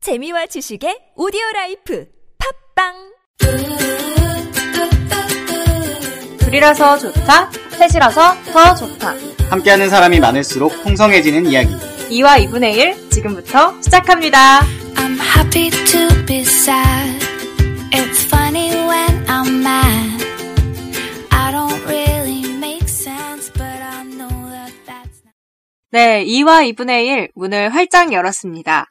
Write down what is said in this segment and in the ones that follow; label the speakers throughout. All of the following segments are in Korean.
Speaker 1: 재미와 지식의 오디오 라이프 팝빵
Speaker 2: 둘이라서 좋다, 셋이라서 더 좋다.
Speaker 3: 함께하는 사람이 많을수록 풍성해지는 이야기.
Speaker 2: 2와 2분의 1 지금부터 시작합니다.
Speaker 4: I'm happy to be sad. It's funny when I'm mad. I don't really make sense, but I know that that's not.
Speaker 2: 네, 2와 2분의 1 문을 활짝 열었습니다.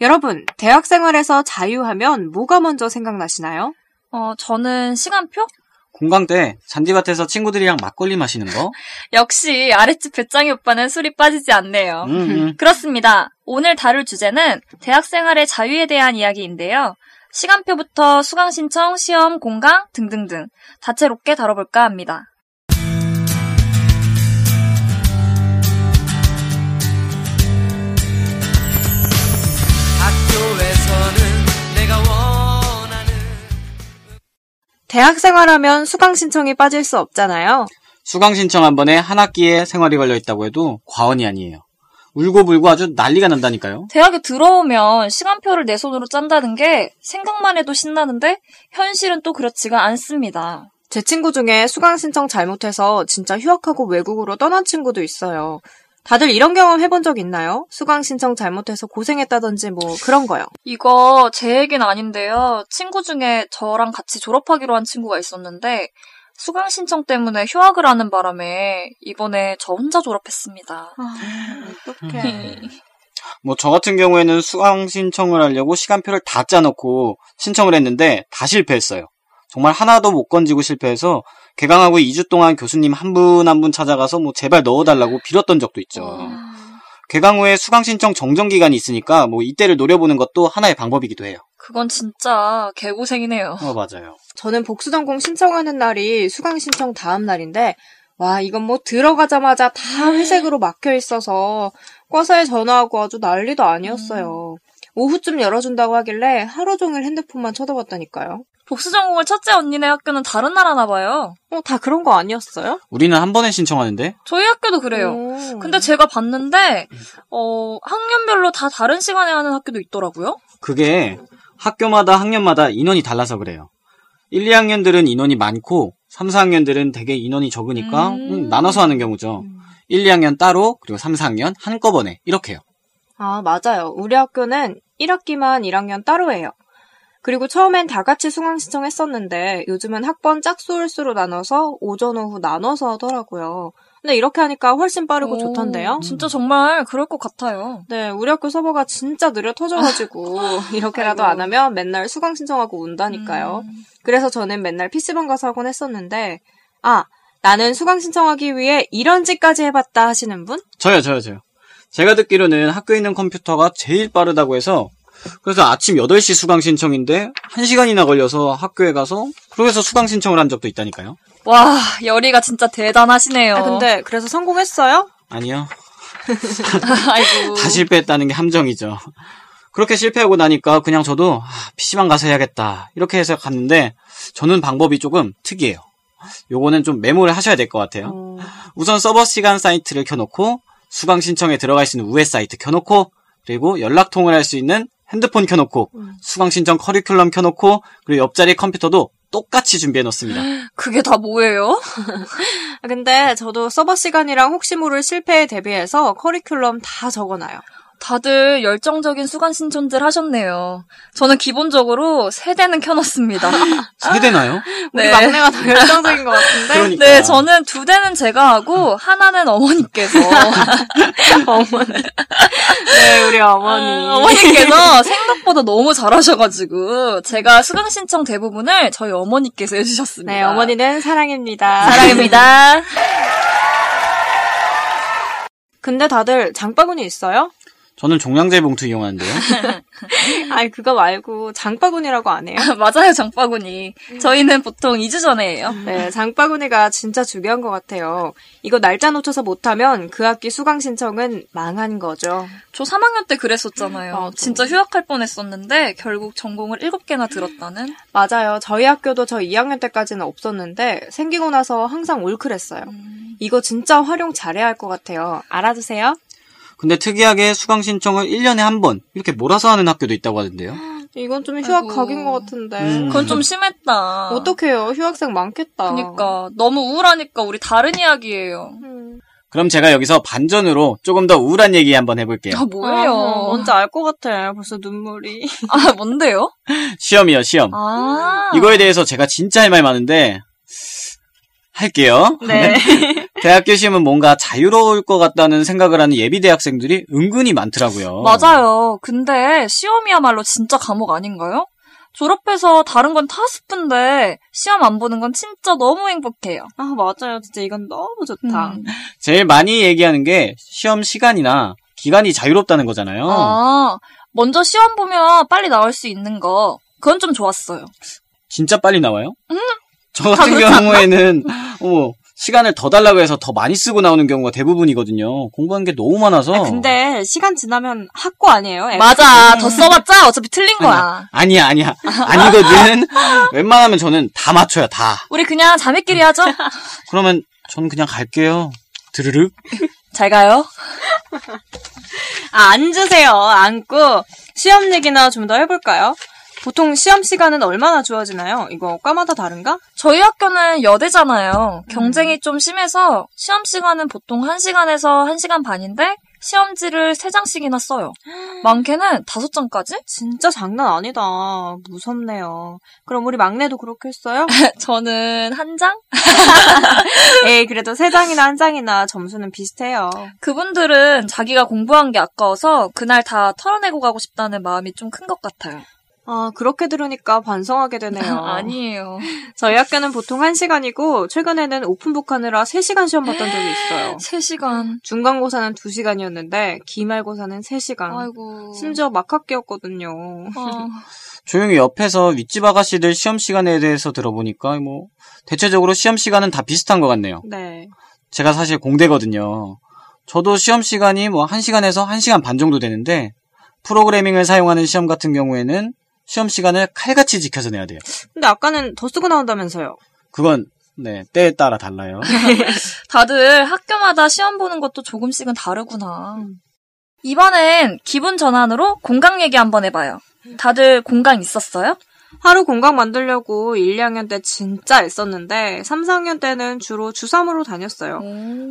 Speaker 2: 여러분, 대학 생활에서 자유하면 뭐가 먼저 생각나시나요?
Speaker 5: 어, 저는 시간표?
Speaker 3: 공강 때 잔디밭에서 친구들이랑 막걸리 마시는 거?
Speaker 5: 역시 아랫집 배짱이 오빠는 술이 빠지지 않네요.
Speaker 3: 음, 음.
Speaker 5: 그렇습니다. 오늘 다룰 주제는 대학생활의 자유에 대한 이야기인데요. 시간표부터 수강 신청, 시험, 공강 등등등 다채롭게 다뤄볼까 합니다.
Speaker 2: 대학 생활하면 수강 신청이 빠질 수 없잖아요.
Speaker 3: 수강 신청 한 번에 한 학기에 생활이 걸려 있다고 해도 과언이 아니에요. 울고불고 아주 난리가 난다니까요.
Speaker 5: 대학에 들어오면 시간표를 내 손으로 짠다는 게 생각만 해도 신나는데 현실은 또 그렇지가 않습니다.
Speaker 2: 제 친구 중에 수강 신청 잘못해서 진짜 휴학하고 외국으로 떠난 친구도 있어요. 다들 이런 경험 해본 적 있나요? 수강 신청 잘못해서 고생했다든지 뭐 그런 거요.
Speaker 5: 이거 제 얘기는 아닌데요. 친구 중에 저랑 같이 졸업하기로 한 친구가 있었는데 수강 신청 때문에 휴학을 하는 바람에 이번에 저 혼자 졸업했습니다.
Speaker 2: 어떡해.
Speaker 3: 뭐 저 같은 경우에는 수강 신청을 하려고 시간표를 다 짜놓고 신청을 했는데 다 실패했어요. 정말 하나도 못 건지고 실패해서 개강하고 2주 동안 교수님 한 분 한 분 찾아가서 뭐 제발 넣어달라고 빌었던 적도 있죠. 개강 후에 수강 신청 정정 기간이 있으니까 뭐 이때를 노려보는 것도 하나의 방법이기도 해요.
Speaker 5: 그건 진짜 개고생이네요.
Speaker 3: 어 맞아요.
Speaker 2: 저는 복수전공 신청하는 날이 수강 신청 다음 날인데 와 이건 뭐 들어가자마자 다 회색으로 막혀 있어서 과사에 전화하고 아주 난리도 아니었어요. 오후쯤 열어준다고 하길래 하루 종일 핸드폰만 쳐다봤다니까요.
Speaker 5: 복수 전공을 첫째 언니네 학교는 다른 나라나 봐요.
Speaker 2: 어, 다 그런 거 아니었어요?
Speaker 3: 우리는 한 번에 신청하는데
Speaker 5: 저희 학교도 그래요.
Speaker 2: 오.
Speaker 5: 근데 제가 봤는데 어, 학년별로 다 다른 시간에 하는 학교도 있더라고요.
Speaker 3: 그게 학교마다 학년마다 인원이 달라서 그래요. 1, 2학년들은 인원이 많고 3, 4학년들은 되게 인원이 적으니까
Speaker 5: 음.
Speaker 3: 음, 나눠서 하는 경우죠. 1, 2학년 따로 그리고 3, 4학년 한꺼번에 이렇게요.
Speaker 2: 아, 맞아요. 우리 학교는 1학기만 1학년 따로 해요. 그리고 처음엔 다 같이 수강 신청했었는데 요즘은 학번 짝수월수로 나눠서 오전 오후 나눠서 하더라고요. 근데 이렇게 하니까 훨씬 빠르고
Speaker 5: 오,
Speaker 2: 좋던데요?
Speaker 5: 음, 진짜 정말 그럴 것 같아요.
Speaker 2: 네, 우리 학교 서버가 진짜 느려 터져가지고 이렇게라도 안
Speaker 5: 아이고.
Speaker 2: 하면 맨날 수강 신청하고 운다니까요.
Speaker 5: 음.
Speaker 2: 그래서 저는 맨날 PC방 가서 하곤 했었는데 아, 나는 수강 신청하기 위해 이런 짓까지 해봤다 하시는 분?
Speaker 3: 저요, 저요, 저요. 제가 듣기로는 학교에 있는 컴퓨터가 제일 빠르다고 해서 그래서 아침 8시 수강 신청인데 1시간이나 걸려서 학교에 가서 그러고서 수강 신청을 한 적도 있다니까요.
Speaker 5: 와 열이가 진짜 대단하시네요.
Speaker 2: 아, 근데 그래서 성공했어요?
Speaker 3: 아니요.
Speaker 5: 아이고.
Speaker 3: 다 실패했다는 게 함정이죠. 그렇게 실패하고 나니까 그냥 저도 아, PC방 가서 해야겠다. 이렇게 해서 갔는데 저는 방법이 조금 특이해요. 요거는 좀 메모를 하셔야 될 것 같아요.
Speaker 2: 어,
Speaker 3: 우선 서버 시간 사이트를 켜놓고 수강 신청에 들어갈 수 있는 우회 사이트 켜놓고 그리고 연락통을 할 수 있는 핸드폰 켜놓고
Speaker 5: 음.
Speaker 3: 수강 신청 커리큘럼 켜놓고 그리고 옆자리 컴퓨터도 똑같이 준비해 놓습니다.
Speaker 5: 그게 다 뭐예요?
Speaker 2: 아, 근데 저도 서버 시간이랑 혹시 모를 실패에 대비해서 커리큘럼 다 적어놔요.
Speaker 5: 다들 열정적인 수강 신청들 하셨네요. 저는 기본적으로 세 대는 켜놨습니다.
Speaker 3: 세대나요?
Speaker 2: 우리
Speaker 5: 네.
Speaker 2: 막내가 더 열정적인 것 같은데.
Speaker 3: 그러니까.
Speaker 5: 네, 저는 두 대는 제가 하고 하나는 어머니께서
Speaker 2: 어머니. 네, 우리 어머니.
Speaker 5: 아, 어머니께서 생각보다 너무 잘하셔가지고 제가 수강 신청 대부분을 저희 어머니께서 해주셨습니다.
Speaker 2: 네, 어머니는 사랑입니다.
Speaker 5: 사랑입니다.
Speaker 2: 근데 다들 장바구니 있어요?
Speaker 3: 저는 종량제 봉투 이용하는데요.
Speaker 2: 아니, 그거 말고 장바구니라고 안 해요?
Speaker 5: 맞아요, 장바구니.
Speaker 2: 음.
Speaker 5: 저희는 보통 2주 전에 해요.
Speaker 2: 네, 장바구니가 진짜 중요한 것 같아요. 이거 날짜 놓쳐서 못하면 그 학기 수강 신청은 망한 거죠.
Speaker 5: 저 3학년 때 그랬었잖아요.
Speaker 2: 맞아.
Speaker 5: 진짜 휴학할 뻔했었는데 결국 전공을 7개나 들었다는
Speaker 2: 맞아요. 저희 학교도 저 2학년 때까지는 없었는데 생기고 음. 나서 항상 올클했어요. 이거 진짜 활용 잘해야 할 것 같아요. 알아두세요.
Speaker 3: 근데 특이하게 수강 신청을 1년에 한 번 이렇게 몰아서 하는 학교도 있다고 하던데요.
Speaker 6: 이건 좀 휴학
Speaker 5: 아이고.
Speaker 6: 각인 것 같은데.
Speaker 3: 음.
Speaker 5: 그건 좀 심했다.
Speaker 6: 어떡해요. 휴학생 많겠다.
Speaker 5: 그니까 너무 우울하니까 우리 다른 이야기예요.
Speaker 6: 음.
Speaker 3: 그럼 제가 여기서 반전으로 조금 더 우울한 얘기 한번 해볼게요.
Speaker 5: 아 뭐예요?
Speaker 2: 아, 뭔지 알 것 같아. 벌써 눈물이.
Speaker 5: 아 뭔데요?
Speaker 3: 시험이요, 시험.
Speaker 5: 아
Speaker 3: 이거에 대해서 제가 진짜 할 말 많은데 할게요.
Speaker 2: 네.
Speaker 3: 대학교 시험은 뭔가 자유로울 것 같다는 생각을 하는 예비 대학생들이 은근히 많더라고요.
Speaker 5: 맞아요. 근데 시험이야말로 진짜 감옥 아닌가요? 졸업해서 다른 건 타스푼데 시험 안 보는 건 진짜 너무 행복해요.
Speaker 2: 아, 맞아요. 진짜 이건 너무 좋다.
Speaker 5: 음.
Speaker 3: 제일 많이 얘기하는 게 시험 시간이나 기간이 자유롭다는 거잖아요.
Speaker 5: 아 먼저 시험 보면 빨리 나올 수 있는 거 그건 좀 좋았어요.
Speaker 3: 진짜 빨리 나와요? 저 같은
Speaker 5: 다 그렇지
Speaker 3: 경우에는 어머, 시간을 더 달라고 해서 더 많이 쓰고 나오는 경우가 대부분이거든요. 공부하는 게 너무 많아서.
Speaker 2: 아, 근데 시간 지나면 학고 아니에요? 애가?
Speaker 5: 맞아 더 써봤자 어차피 틀린 거야.
Speaker 3: 아니야, 아니야. 아니거든. 웬만하면 저는 다 맞춰요, 다.
Speaker 5: 우리 그냥 자매끼리 하죠.
Speaker 3: 그러면 저는 그냥 갈게요. 드르륵.
Speaker 5: 잘 가요.
Speaker 2: 아, 앉으세요. 앉고 시험 얘기나 좀 더 해볼까요? 보통 시험 시간은 얼마나 주어지나요? 이거 과마다 다른가?
Speaker 5: 저희 학교는 여대잖아요. 경쟁이 좀 심해서 시험 시간은 보통 1시간에서 1시간 반인데 시험지를 3장씩이나 써요. 많게는 5장까지?
Speaker 2: 진짜 장난 아니다. 무섭네요. 그럼 우리 막내도 그렇게 했어요?
Speaker 5: 저는 한 장?
Speaker 2: 에이, 예, 그래도 세 장이나 한 장이나 점수는 비슷해요.
Speaker 5: 그분들은 자기가 공부한 게 아까워서 그날 다 털어내고 가고 싶다는 마음이 좀 큰 것 같아요.
Speaker 2: 아, 그렇게 들으니까 반성하게 되네요.
Speaker 5: 아니에요.
Speaker 2: 저희 학교는 보통 1시간이고, 최근에는 오픈북 하느라 3시간 시험 봤던 적이 있어요.
Speaker 5: 3시간.
Speaker 2: 중간고사는 2시간이었는데, 기말고사는 3시간.
Speaker 5: 아이고.
Speaker 2: 심지어 막학기였거든요.
Speaker 5: 어,
Speaker 3: 조용히 옆에서 윗집 아가씨들 시험 시간에 대해서 들어보니까 뭐 대체적으로 시험 시간은 다 비슷한 것 같네요.
Speaker 2: 네.
Speaker 3: 제가 사실 공대거든요. 저도 시험 시간이 뭐 1시간에서 1시간 반 정도 되는데 프로그래밍을 사용하는 시험 같은 경우에는 시험 시간을 칼같이 지켜서 내야 돼요.
Speaker 2: 근데 아까는 더 쓰고 나온다면서요.
Speaker 3: 그건 네, 때에 따라 달라요.
Speaker 5: 다들 학교마다 시험 보는 것도 조금씩은 다르구나. 이번엔 기분 전환으로 공강 얘기 한번 해봐요. 다들 공강 있었어요?
Speaker 2: 하루 공강 만들려고 1, 2학년 때 진짜 애썼는데, 3, 4학년 때는 주로 주3으로 다녔어요.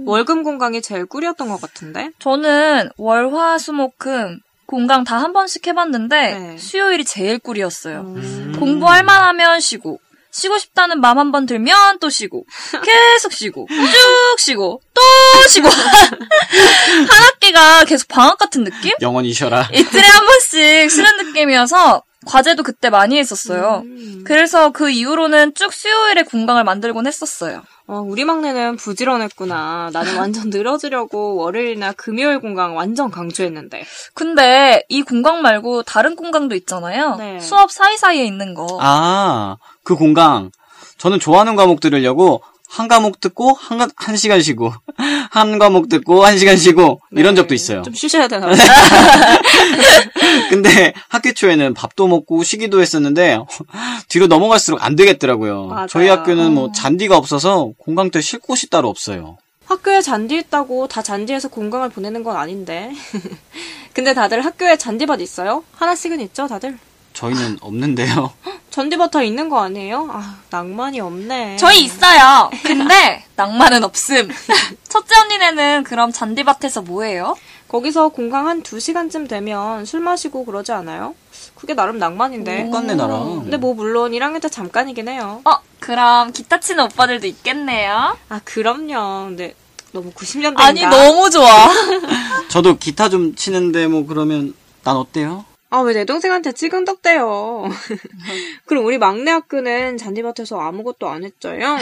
Speaker 2: 월금 공강이 제일 꿀이었던 것 같은데?
Speaker 5: 뭐, 저는 월, 화, 수, 목, 금 공강 다 한 번씩 해봤는데
Speaker 2: 네.
Speaker 5: 수요일이 제일 꿀이었어요.
Speaker 2: 음.
Speaker 5: 공부할 만하면 쉬고 쉬고 싶다는 마음 한 번 들면 또 쉬고 계속 쉬고 쭉 쉬고 또 쉬고 한 학기가 계속 방학 같은 느낌?
Speaker 3: 영원히 쉬어라.
Speaker 5: 이틀에 한 번씩 쉬는 느낌이어서 과제도 그때 많이 했었어요. 그래서 그 이후로는 쭉 수요일에 공강을 만들곤 했었어요.
Speaker 2: 어, 우리 막내는 부지런했구나. 나는 완전 늘어지려고 월요일이나 금요일 공강 완전 강조했는데.
Speaker 5: 근데 이 공강 말고 다른 공강도 있잖아요.
Speaker 2: 네.
Speaker 5: 수업 사이사이에 있는 거.
Speaker 3: 아, 그 공강. 저는 좋아하는 과목 들으려고 한 과목 듣고 한, 가- 한 시간 쉬고 한 과목 듣고 한 시간 쉬고 이런
Speaker 2: 네,
Speaker 3: 적도 있어요.
Speaker 2: 좀 쉬셔야 되나?
Speaker 3: 근데 학기 초에는 밥도 먹고 쉬기도 했었는데 뒤로 넘어갈수록 안 되겠더라고요.
Speaker 2: 맞아요.
Speaker 3: 저희 학교는 뭐 잔디가 없어서 공강 때 쉴 곳이 따로 없어요.
Speaker 2: 학교에 잔디 있다고 다 잔디에서 공강을 보내는 건 아닌데. 근데 다들 학교에 잔디밭 있어요? 하나씩은 있죠, 다들?
Speaker 3: 저희는 없는데요.
Speaker 2: 잔디밭 다 있는 거 아니에요? 아, 낭만이 없네.
Speaker 5: 저희 있어요. 근데 낭만은 없음. 첫째 언니네는 그럼 잔디밭에서 뭐해요?
Speaker 2: 거기서 공강 한 두시간쯤 되면 술 마시고 그러지 않아요? 그게 나름 낭만인데.
Speaker 3: 똑같네 나랑.
Speaker 2: 근데 뭐 물론 1학년 때 잠깐이긴 해요.
Speaker 5: 어, 그럼 기타 치는 오빠들도 있겠네요.
Speaker 2: 아, 그럼요. 근데 너무 90년대인가?
Speaker 5: 아니 뭐. 너무 좋아.
Speaker 3: 저도 기타 좀 치는데 뭐 그러면 난 어때요?
Speaker 2: 아, 왜 내 동생한테 찌근덕대요? 그럼 우리 막내 학교는 잔디밭에서 아무것도 안 했죠요?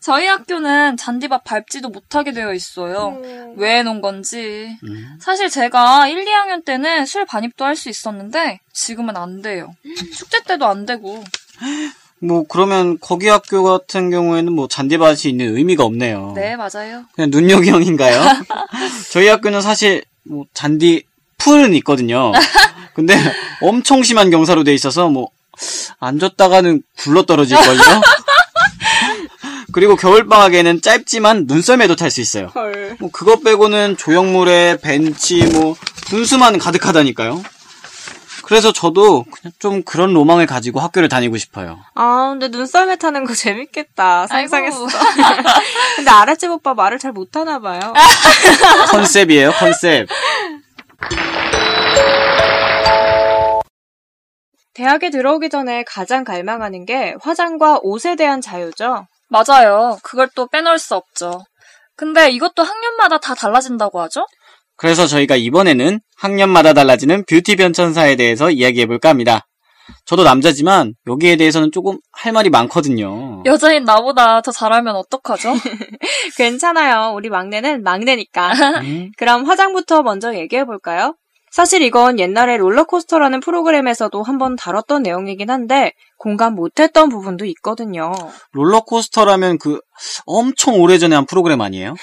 Speaker 5: 저희 학교는 잔디밭 밟지도 못하게 되어 있어요.
Speaker 2: 음.
Speaker 5: 왜 해놓은 건지.
Speaker 3: 음.
Speaker 5: 사실 제가 1, 2학년 때는 술 반입도 할 수 있었는데 지금은 안 돼요. 축제 때도 안 되고.
Speaker 3: 뭐 그러면 거기 학교 같은 경우에는 뭐 잔디밭이 있는 의미가 없네요.
Speaker 5: 네, 맞아요.
Speaker 3: 그냥 눈요기형인가요? 저희 학교는 사실 뭐 잔디 풀은 있거든요. 근데 엄청 심한 경사로 돼 있어서 뭐 앉았다가는 굴러 떨어질 걸요. 그리고 겨울방학에는 짧지만 눈썰매도 탈 수 있어요.
Speaker 2: 헐.
Speaker 3: 뭐 그것 빼고는 조형물에 벤치 뭐 분수만 가득하다니까요. 그래서 저도 그냥 좀 그런 로망을 가지고 학교를 다니고 싶어요.
Speaker 2: 아, 근데 눈썰매 타는 거 재밌겠다.
Speaker 5: 아이고.
Speaker 2: 상상했어. 근데 아랫집 오빠 말을 잘 못하나 봐요.
Speaker 3: 컨셉이에요, 컨셉.
Speaker 2: 대학에 들어오기 전에 가장 갈망하는 게 화장과 옷에 대한 자유죠.
Speaker 5: 맞아요. 그걸 또 빼놓을 수 없죠. 근데 이것도 학년마다 다 달라진다고 하죠?
Speaker 3: 그래서 저희가 이번에는 학년마다 달라지는 뷰티 변천사에 대해서 이야기해볼까 합니다. 저도 남자지만 여기에 대해서는 조금 할 말이 많거든요.
Speaker 5: 여자인 나보다 더 잘하면 어떡하죠?
Speaker 2: 괜찮아요. 우리 막내는 막내니까.
Speaker 3: 음?
Speaker 2: 그럼 화장부터 먼저 얘기해 볼까요? 사실 이건 옛날에 롤러코스터라는 프로그램에서도 한번 다뤘던 내용이긴 한데 공감 못했던 부분도 있거든요.
Speaker 3: 롤러코스터라면 그 엄청 오래전에 한 프로그램 아니에요?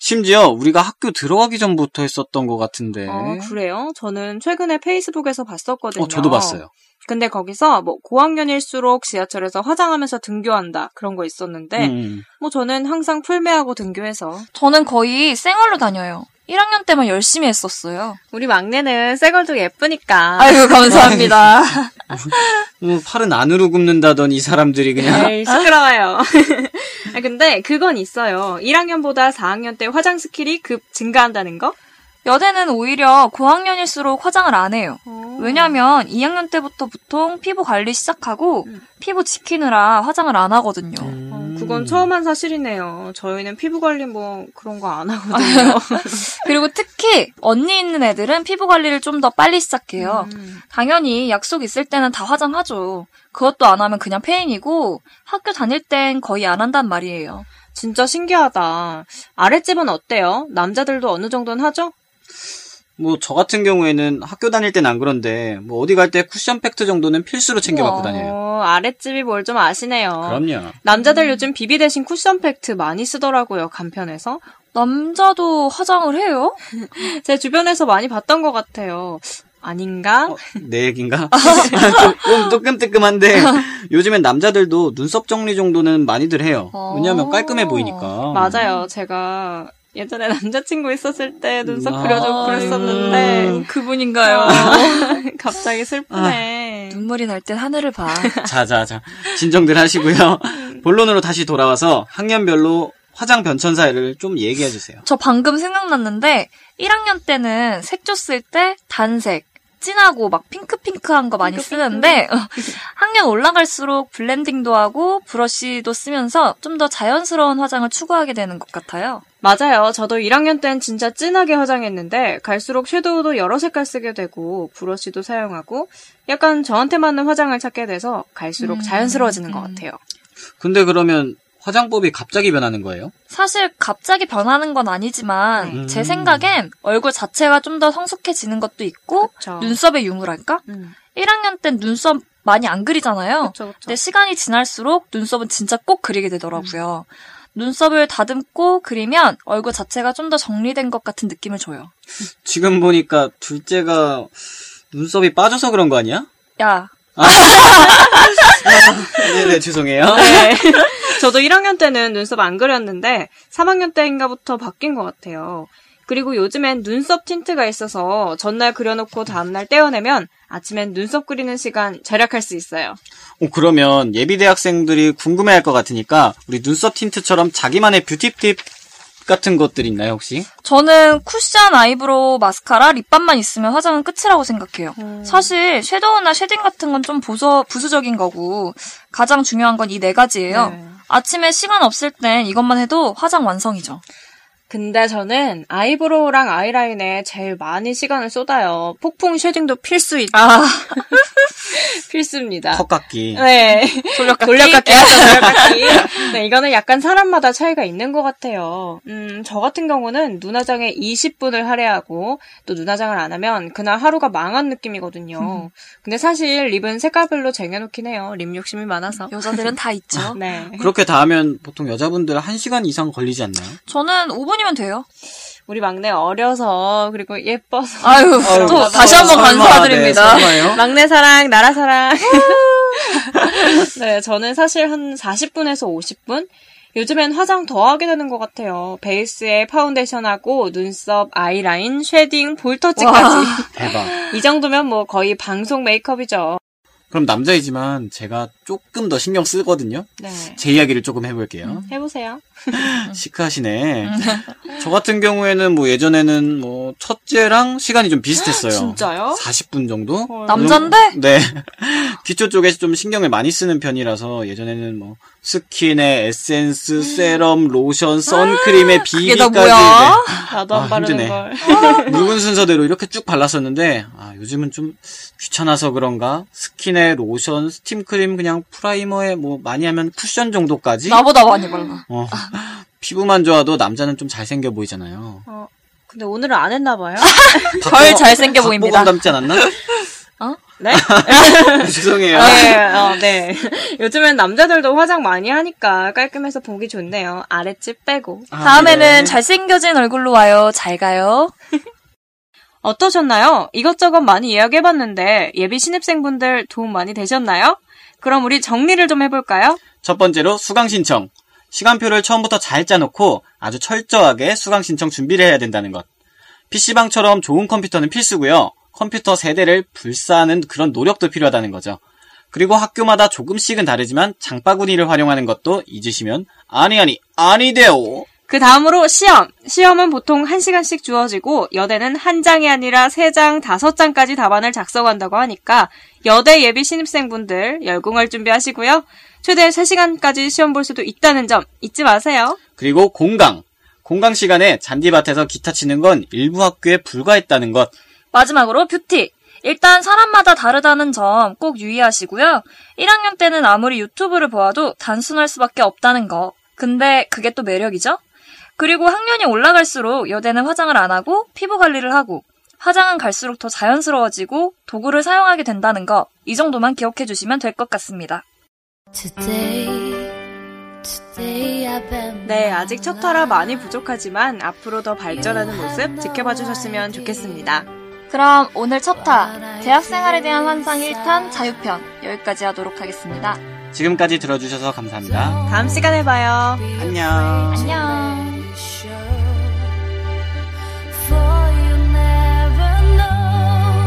Speaker 3: 심지어 우리가 학교 들어가기 전부터 했었던 것 같은데.
Speaker 2: 어, 그래요? 저는 최근에 페이스북에서 봤었거든요.
Speaker 3: 어, 저도 봤어요.
Speaker 2: 근데 거기서 뭐 고학년일수록 지하철에서 화장하면서 등교한다 그런 거 있었는데
Speaker 3: 음.
Speaker 2: 뭐 저는 항상 풀메하고 등교해서
Speaker 5: 저는 거의 쌩얼로 다녀요. 1학년 때만 열심히 했었어요.
Speaker 2: 우리 막내는 새걸도 예쁘니까
Speaker 5: 아이고, 감사합니다.
Speaker 3: 음, 팔은 안으로 굽는다더니 이 사람들이 그냥
Speaker 2: 에이, 네, 시끄러워요. 아, 근데 그건 있어요. 1학년보다 4학년 때 화장 스킬이 급 증가한다는 거?
Speaker 5: 여대는 오히려 고학년일수록 화장을 안 해요.
Speaker 2: 왜냐면
Speaker 5: 왜냐면 2학년 때부터 보통 피부 관리 시작하고 피부 지키느라 화장을 안 하거든요.
Speaker 3: 음.
Speaker 2: 어, 그건 처음 한 사실이네요. 저희는 피부 관리 뭐 그런 거 안 하거든요.
Speaker 5: 그리고 특히 언니 있는 애들은 피부 관리를 좀 더 빨리 시작해요.
Speaker 2: 음.
Speaker 5: 당연히 약속 있을 때는 다 화장하죠. 그것도 안 하면 그냥 페인이고 학교 다닐 땐 거의 안 한단 말이에요.
Speaker 2: 진짜 신기하다. 아랫집은 어때요? 남자들도 어느 정도는 하죠?
Speaker 3: 뭐 저 같은 경우에는 학교 다닐 땐 안 그런데 뭐 어디 갈 때 쿠션 팩트 정도는 필수로 챙겨 갖고
Speaker 5: 우와.
Speaker 3: 다녀요.
Speaker 2: 어, 아랫집이 뭘 좀 아시네요.
Speaker 3: 그럼요.
Speaker 2: 남자들 요즘 비비 대신 쿠션 팩트 많이 쓰더라고요, 간편에서.
Speaker 5: 남자도 화장을 해요?
Speaker 2: 제 주변에서 많이 봤던 것 같아요. 아닌가?
Speaker 3: 어, 내 얘긴가?
Speaker 2: 아.
Speaker 3: 조금 뜨끔뜨끔한데 요즘엔 남자들도 눈썹 정리 정도는 많이들 해요.
Speaker 5: 어.
Speaker 3: 왜냐하면 깔끔해 보이니까.
Speaker 2: 맞아요. 제가 예전에 남자친구 있었을 때 눈썹
Speaker 3: 아.
Speaker 2: 그려주고
Speaker 5: 음.
Speaker 2: 그랬었는데
Speaker 5: 네,
Speaker 2: 어,
Speaker 5: 그분인가요?
Speaker 2: 갑자기 슬프네.
Speaker 5: 눈물이 날 땐 하늘을 봐.
Speaker 3: 음. 자자자 진정들 하시고요.
Speaker 2: 음.
Speaker 3: 본론으로 다시 돌아와서 학년별로 화장 변천사를 좀 얘기해 주세요.
Speaker 5: 저 방금 생각났는데 1학년 때는 색조 쓸 때 단색, 진하고 막 핑크핑크한 거 많이 쓰는데 학년 올라갈수록 블렌딩도 하고 브러쉬도 쓰면서 좀 더 자연스러운 화장을 추구하게 되는 것 같아요.
Speaker 2: 맞아요. 저도 1학년 땐 진짜 진하게 화장했는데 갈수록 섀도우도 여러 색깔 쓰게 되고 브러쉬도 사용하고 약간 저한테 맞는 화장을 찾게 돼서 갈수록
Speaker 5: 음,
Speaker 2: 자연스러워지는 것
Speaker 5: 음.
Speaker 2: 같아요.
Speaker 3: 근데 그러면 화장법이 갑자기 변하는 거예요?
Speaker 5: 사실 갑자기 변하는 건 아니지만
Speaker 3: 음.
Speaker 5: 제 생각엔 얼굴 자체가 좀 더 성숙해지는 것도 있고
Speaker 2: 그쵸.
Speaker 5: 눈썹의 유무랄까?
Speaker 2: 음.
Speaker 5: 1학년 땐 눈썹 많이 안 그리잖아요.
Speaker 2: 그쵸, 그쵸.
Speaker 5: 근데 시간이 지날수록 눈썹은 진짜 꼭 그리게 되더라고요. 눈썹을 다듬고 그리면 얼굴 자체가 좀 더 정리된 것 같은 느낌을 줘요.
Speaker 3: 지금 보니까 둘째가 눈썹이 빠져서 그런 거 아니야?
Speaker 5: 야,
Speaker 3: 네네 죄송해요.
Speaker 2: 네. 저도 1학년 때는 눈썹 안 그렸는데 3학년 때인가부터 바뀐 것 같아요. 그리고 요즘엔 눈썹 틴트가 있어서 전날 그려놓고 다음날 떼어내면 아침엔 눈썹 그리는 시간 절약할 수 있어요.
Speaker 3: 어, 그러면 예비대 학생들이 궁금해할 것 같으니까 우리 눈썹 틴트처럼 자기만의 뷰티 팁 같은 것들 있나요 혹시?
Speaker 5: 저는 쿠션, 아이브로우, 마스카라, 립밤만 있으면 화장은 끝이라고 생각해요. 사실 섀도우나 쉐딩 같은 건 좀 보수, 부수적인 거고 가장 중요한 건 이 네 가지예요.
Speaker 2: 네.
Speaker 5: 아침에 시간 없을 땐 이것만 해도 화장 완성이죠.
Speaker 2: 근데 저는 아이브로우랑 아이라인에 제일 많이 시간을 쏟아요. 폭풍 쉐딩도 필수 있...
Speaker 5: 아,
Speaker 2: 필수입니다.
Speaker 3: 턱깎기.
Speaker 2: 네.
Speaker 5: 돌려깎기.
Speaker 2: 돌려깎기. 돌려깎기. 네, 이거는 약간 사람마다 차이가 있는 것 같아요. 음, 저 같은 경우는 눈화장에 20분을 할애하고 또 눈화장을 안 하면 그날 하루가 망한 느낌이거든요. 근데 사실 립은 색깔별로 쟁여놓긴 해요. 립 욕심이 많아서.
Speaker 5: 여자들은 다 있죠.
Speaker 2: 네.
Speaker 3: 그렇게 다 하면 보통 여자분들 한시간 이상 걸리지 않나요?
Speaker 5: 저는 5분이면 돼요.
Speaker 2: 우리 막내 어려서 그리고 예뻐서.
Speaker 5: 아유, 또 다시 한번
Speaker 3: 설마,
Speaker 5: 감사드립니다.
Speaker 3: 네, 설마요?
Speaker 2: 막내 사랑, 나라 사랑. 네, 저는 사실 한 40분에서 50분? 요즘엔 화장 더 하게 되는 것 같아요. 베이스에 파운데이션하고 눈썹, 아이라인, 쉐딩, 볼터치까지.
Speaker 3: 대박.
Speaker 2: 이 정도면 뭐 거의 방송 메이크업이죠.
Speaker 3: 그럼 남자이지만 제가 조금 더 신경 쓰거든요.
Speaker 2: 네.
Speaker 3: 제 이야기를 조금 해볼게요.
Speaker 2: 해보세요.
Speaker 5: 음.
Speaker 3: 시크하시네. 저 같은 경우에는 뭐 예전에는 뭐 첫째랑 시간이 좀 비슷했어요.
Speaker 2: 진짜요?
Speaker 3: 40분 정도?
Speaker 2: 헐.
Speaker 5: 남잔데?
Speaker 3: 네. 기초 쪽에 좀 신경을 많이 쓰는 편이라서 예전에는 뭐 스킨에 에센스, 세럼, 로션, 선크림에
Speaker 5: 음. 아, 그게 다
Speaker 3: 비비까지
Speaker 5: 뭐야?
Speaker 2: 나도
Speaker 3: 아,
Speaker 2: 안 바르는
Speaker 3: 힘드네.
Speaker 2: 걸.
Speaker 3: 네, 묵은 순서대로 이렇게 쭉 발랐었는데 아, 요즘은 좀 귀찮아서 그런가 스킨에 로션, 스팀크림 그냥 프라이머에 뭐 많이 하면 쿠션 정도까지
Speaker 5: 나보다 많이 발라.
Speaker 3: 어, 피부만 좋아도 남자는 좀 잘생겨 보이잖아요.
Speaker 2: 근데 오늘은 안 했나 봐요.
Speaker 5: 덜 잘생겨
Speaker 3: 박보검
Speaker 5: 보입니다.
Speaker 3: 닮지 않았나?
Speaker 2: 네.
Speaker 3: 죄송해요.
Speaker 2: 네, 어, 네. 요즘엔 남자들도 화장 많이 하니까 깔끔해서 보기 좋네요. 아랫집 빼고.
Speaker 3: 아,
Speaker 5: 다음에는
Speaker 3: 네.
Speaker 5: 잘생겨진 얼굴로 와요. 잘 가요.
Speaker 2: 어떠셨나요? 이것저것 많이 이야기해봤는데 예비 신입생분들 도움 많이 되셨나요? 그럼 우리 정리를 좀 해볼까요?
Speaker 3: 첫 번째로 수강 신청. 시간표를 처음부터 잘 짜놓고 아주 철저하게 수강 신청 준비를 해야 된다는 것. PC방처럼 좋은 컴퓨터는 필수고요. 컴퓨터 세대를 불사하는 그런 노력도 필요하다는 거죠. 그리고 학교마다 조금씩은 다르지만 장바구니를 활용하는 것도 잊으시면 아니 아니 아니데요.
Speaker 2: 그 다음으로 시험. 시험은 보통 1시간씩 주어지고 여대는 한 장이 아니라 세장 다섯 장까지 답안을 작성한다고 하니까 여대 예비 신입생분들 열공할 준비하시고요. 최대 3시간까지 시험 볼 수도 있다는 점 잊지 마세요.
Speaker 3: 그리고 공강. 공강 시간에 잔디밭에서 기타 치는 건 일부 학교에 불과했다는 것.
Speaker 5: 마지막으로 뷰티. 일단 사람마다 다르다는 점 꼭 유의하시고요. 1학년 때는 아무리 유튜브를 보아도 단순할 수밖에 없다는 거. 근데 그게 또 매력이죠? 그리고 학년이 올라갈수록 여대는 화장을 안 하고 피부 관리를 하고 화장은 갈수록 더 자연스러워지고 도구를 사용하게 된다는 거. 이 정도만 기억해 주시면 될 것 같습니다.
Speaker 4: Today, today I've been.
Speaker 2: 네, 아직 첫 화라 많이 부족하지만 앞으로 더 발전하는 모습 지켜봐 주셨으면 좋겠습니다.
Speaker 5: 그럼 오늘 첫화 대학 생활에 대한 환상 1탄 자유편 여기까지 하도록 하겠습니다.
Speaker 3: 지금까지 들어주셔서 감사합니다.
Speaker 2: 다음 시간에 봐요.
Speaker 3: 안녕.
Speaker 5: 안녕.
Speaker 4: Sure, for you never know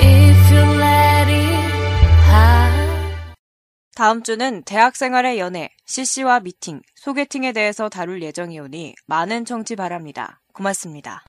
Speaker 4: if you let it happen.
Speaker 2: 다음 주는 대학 생활의 연애, CC와 미팅, 소개팅에 대해서 다룰 예정이오니 많은 청취 바랍니다. 고맙습니다.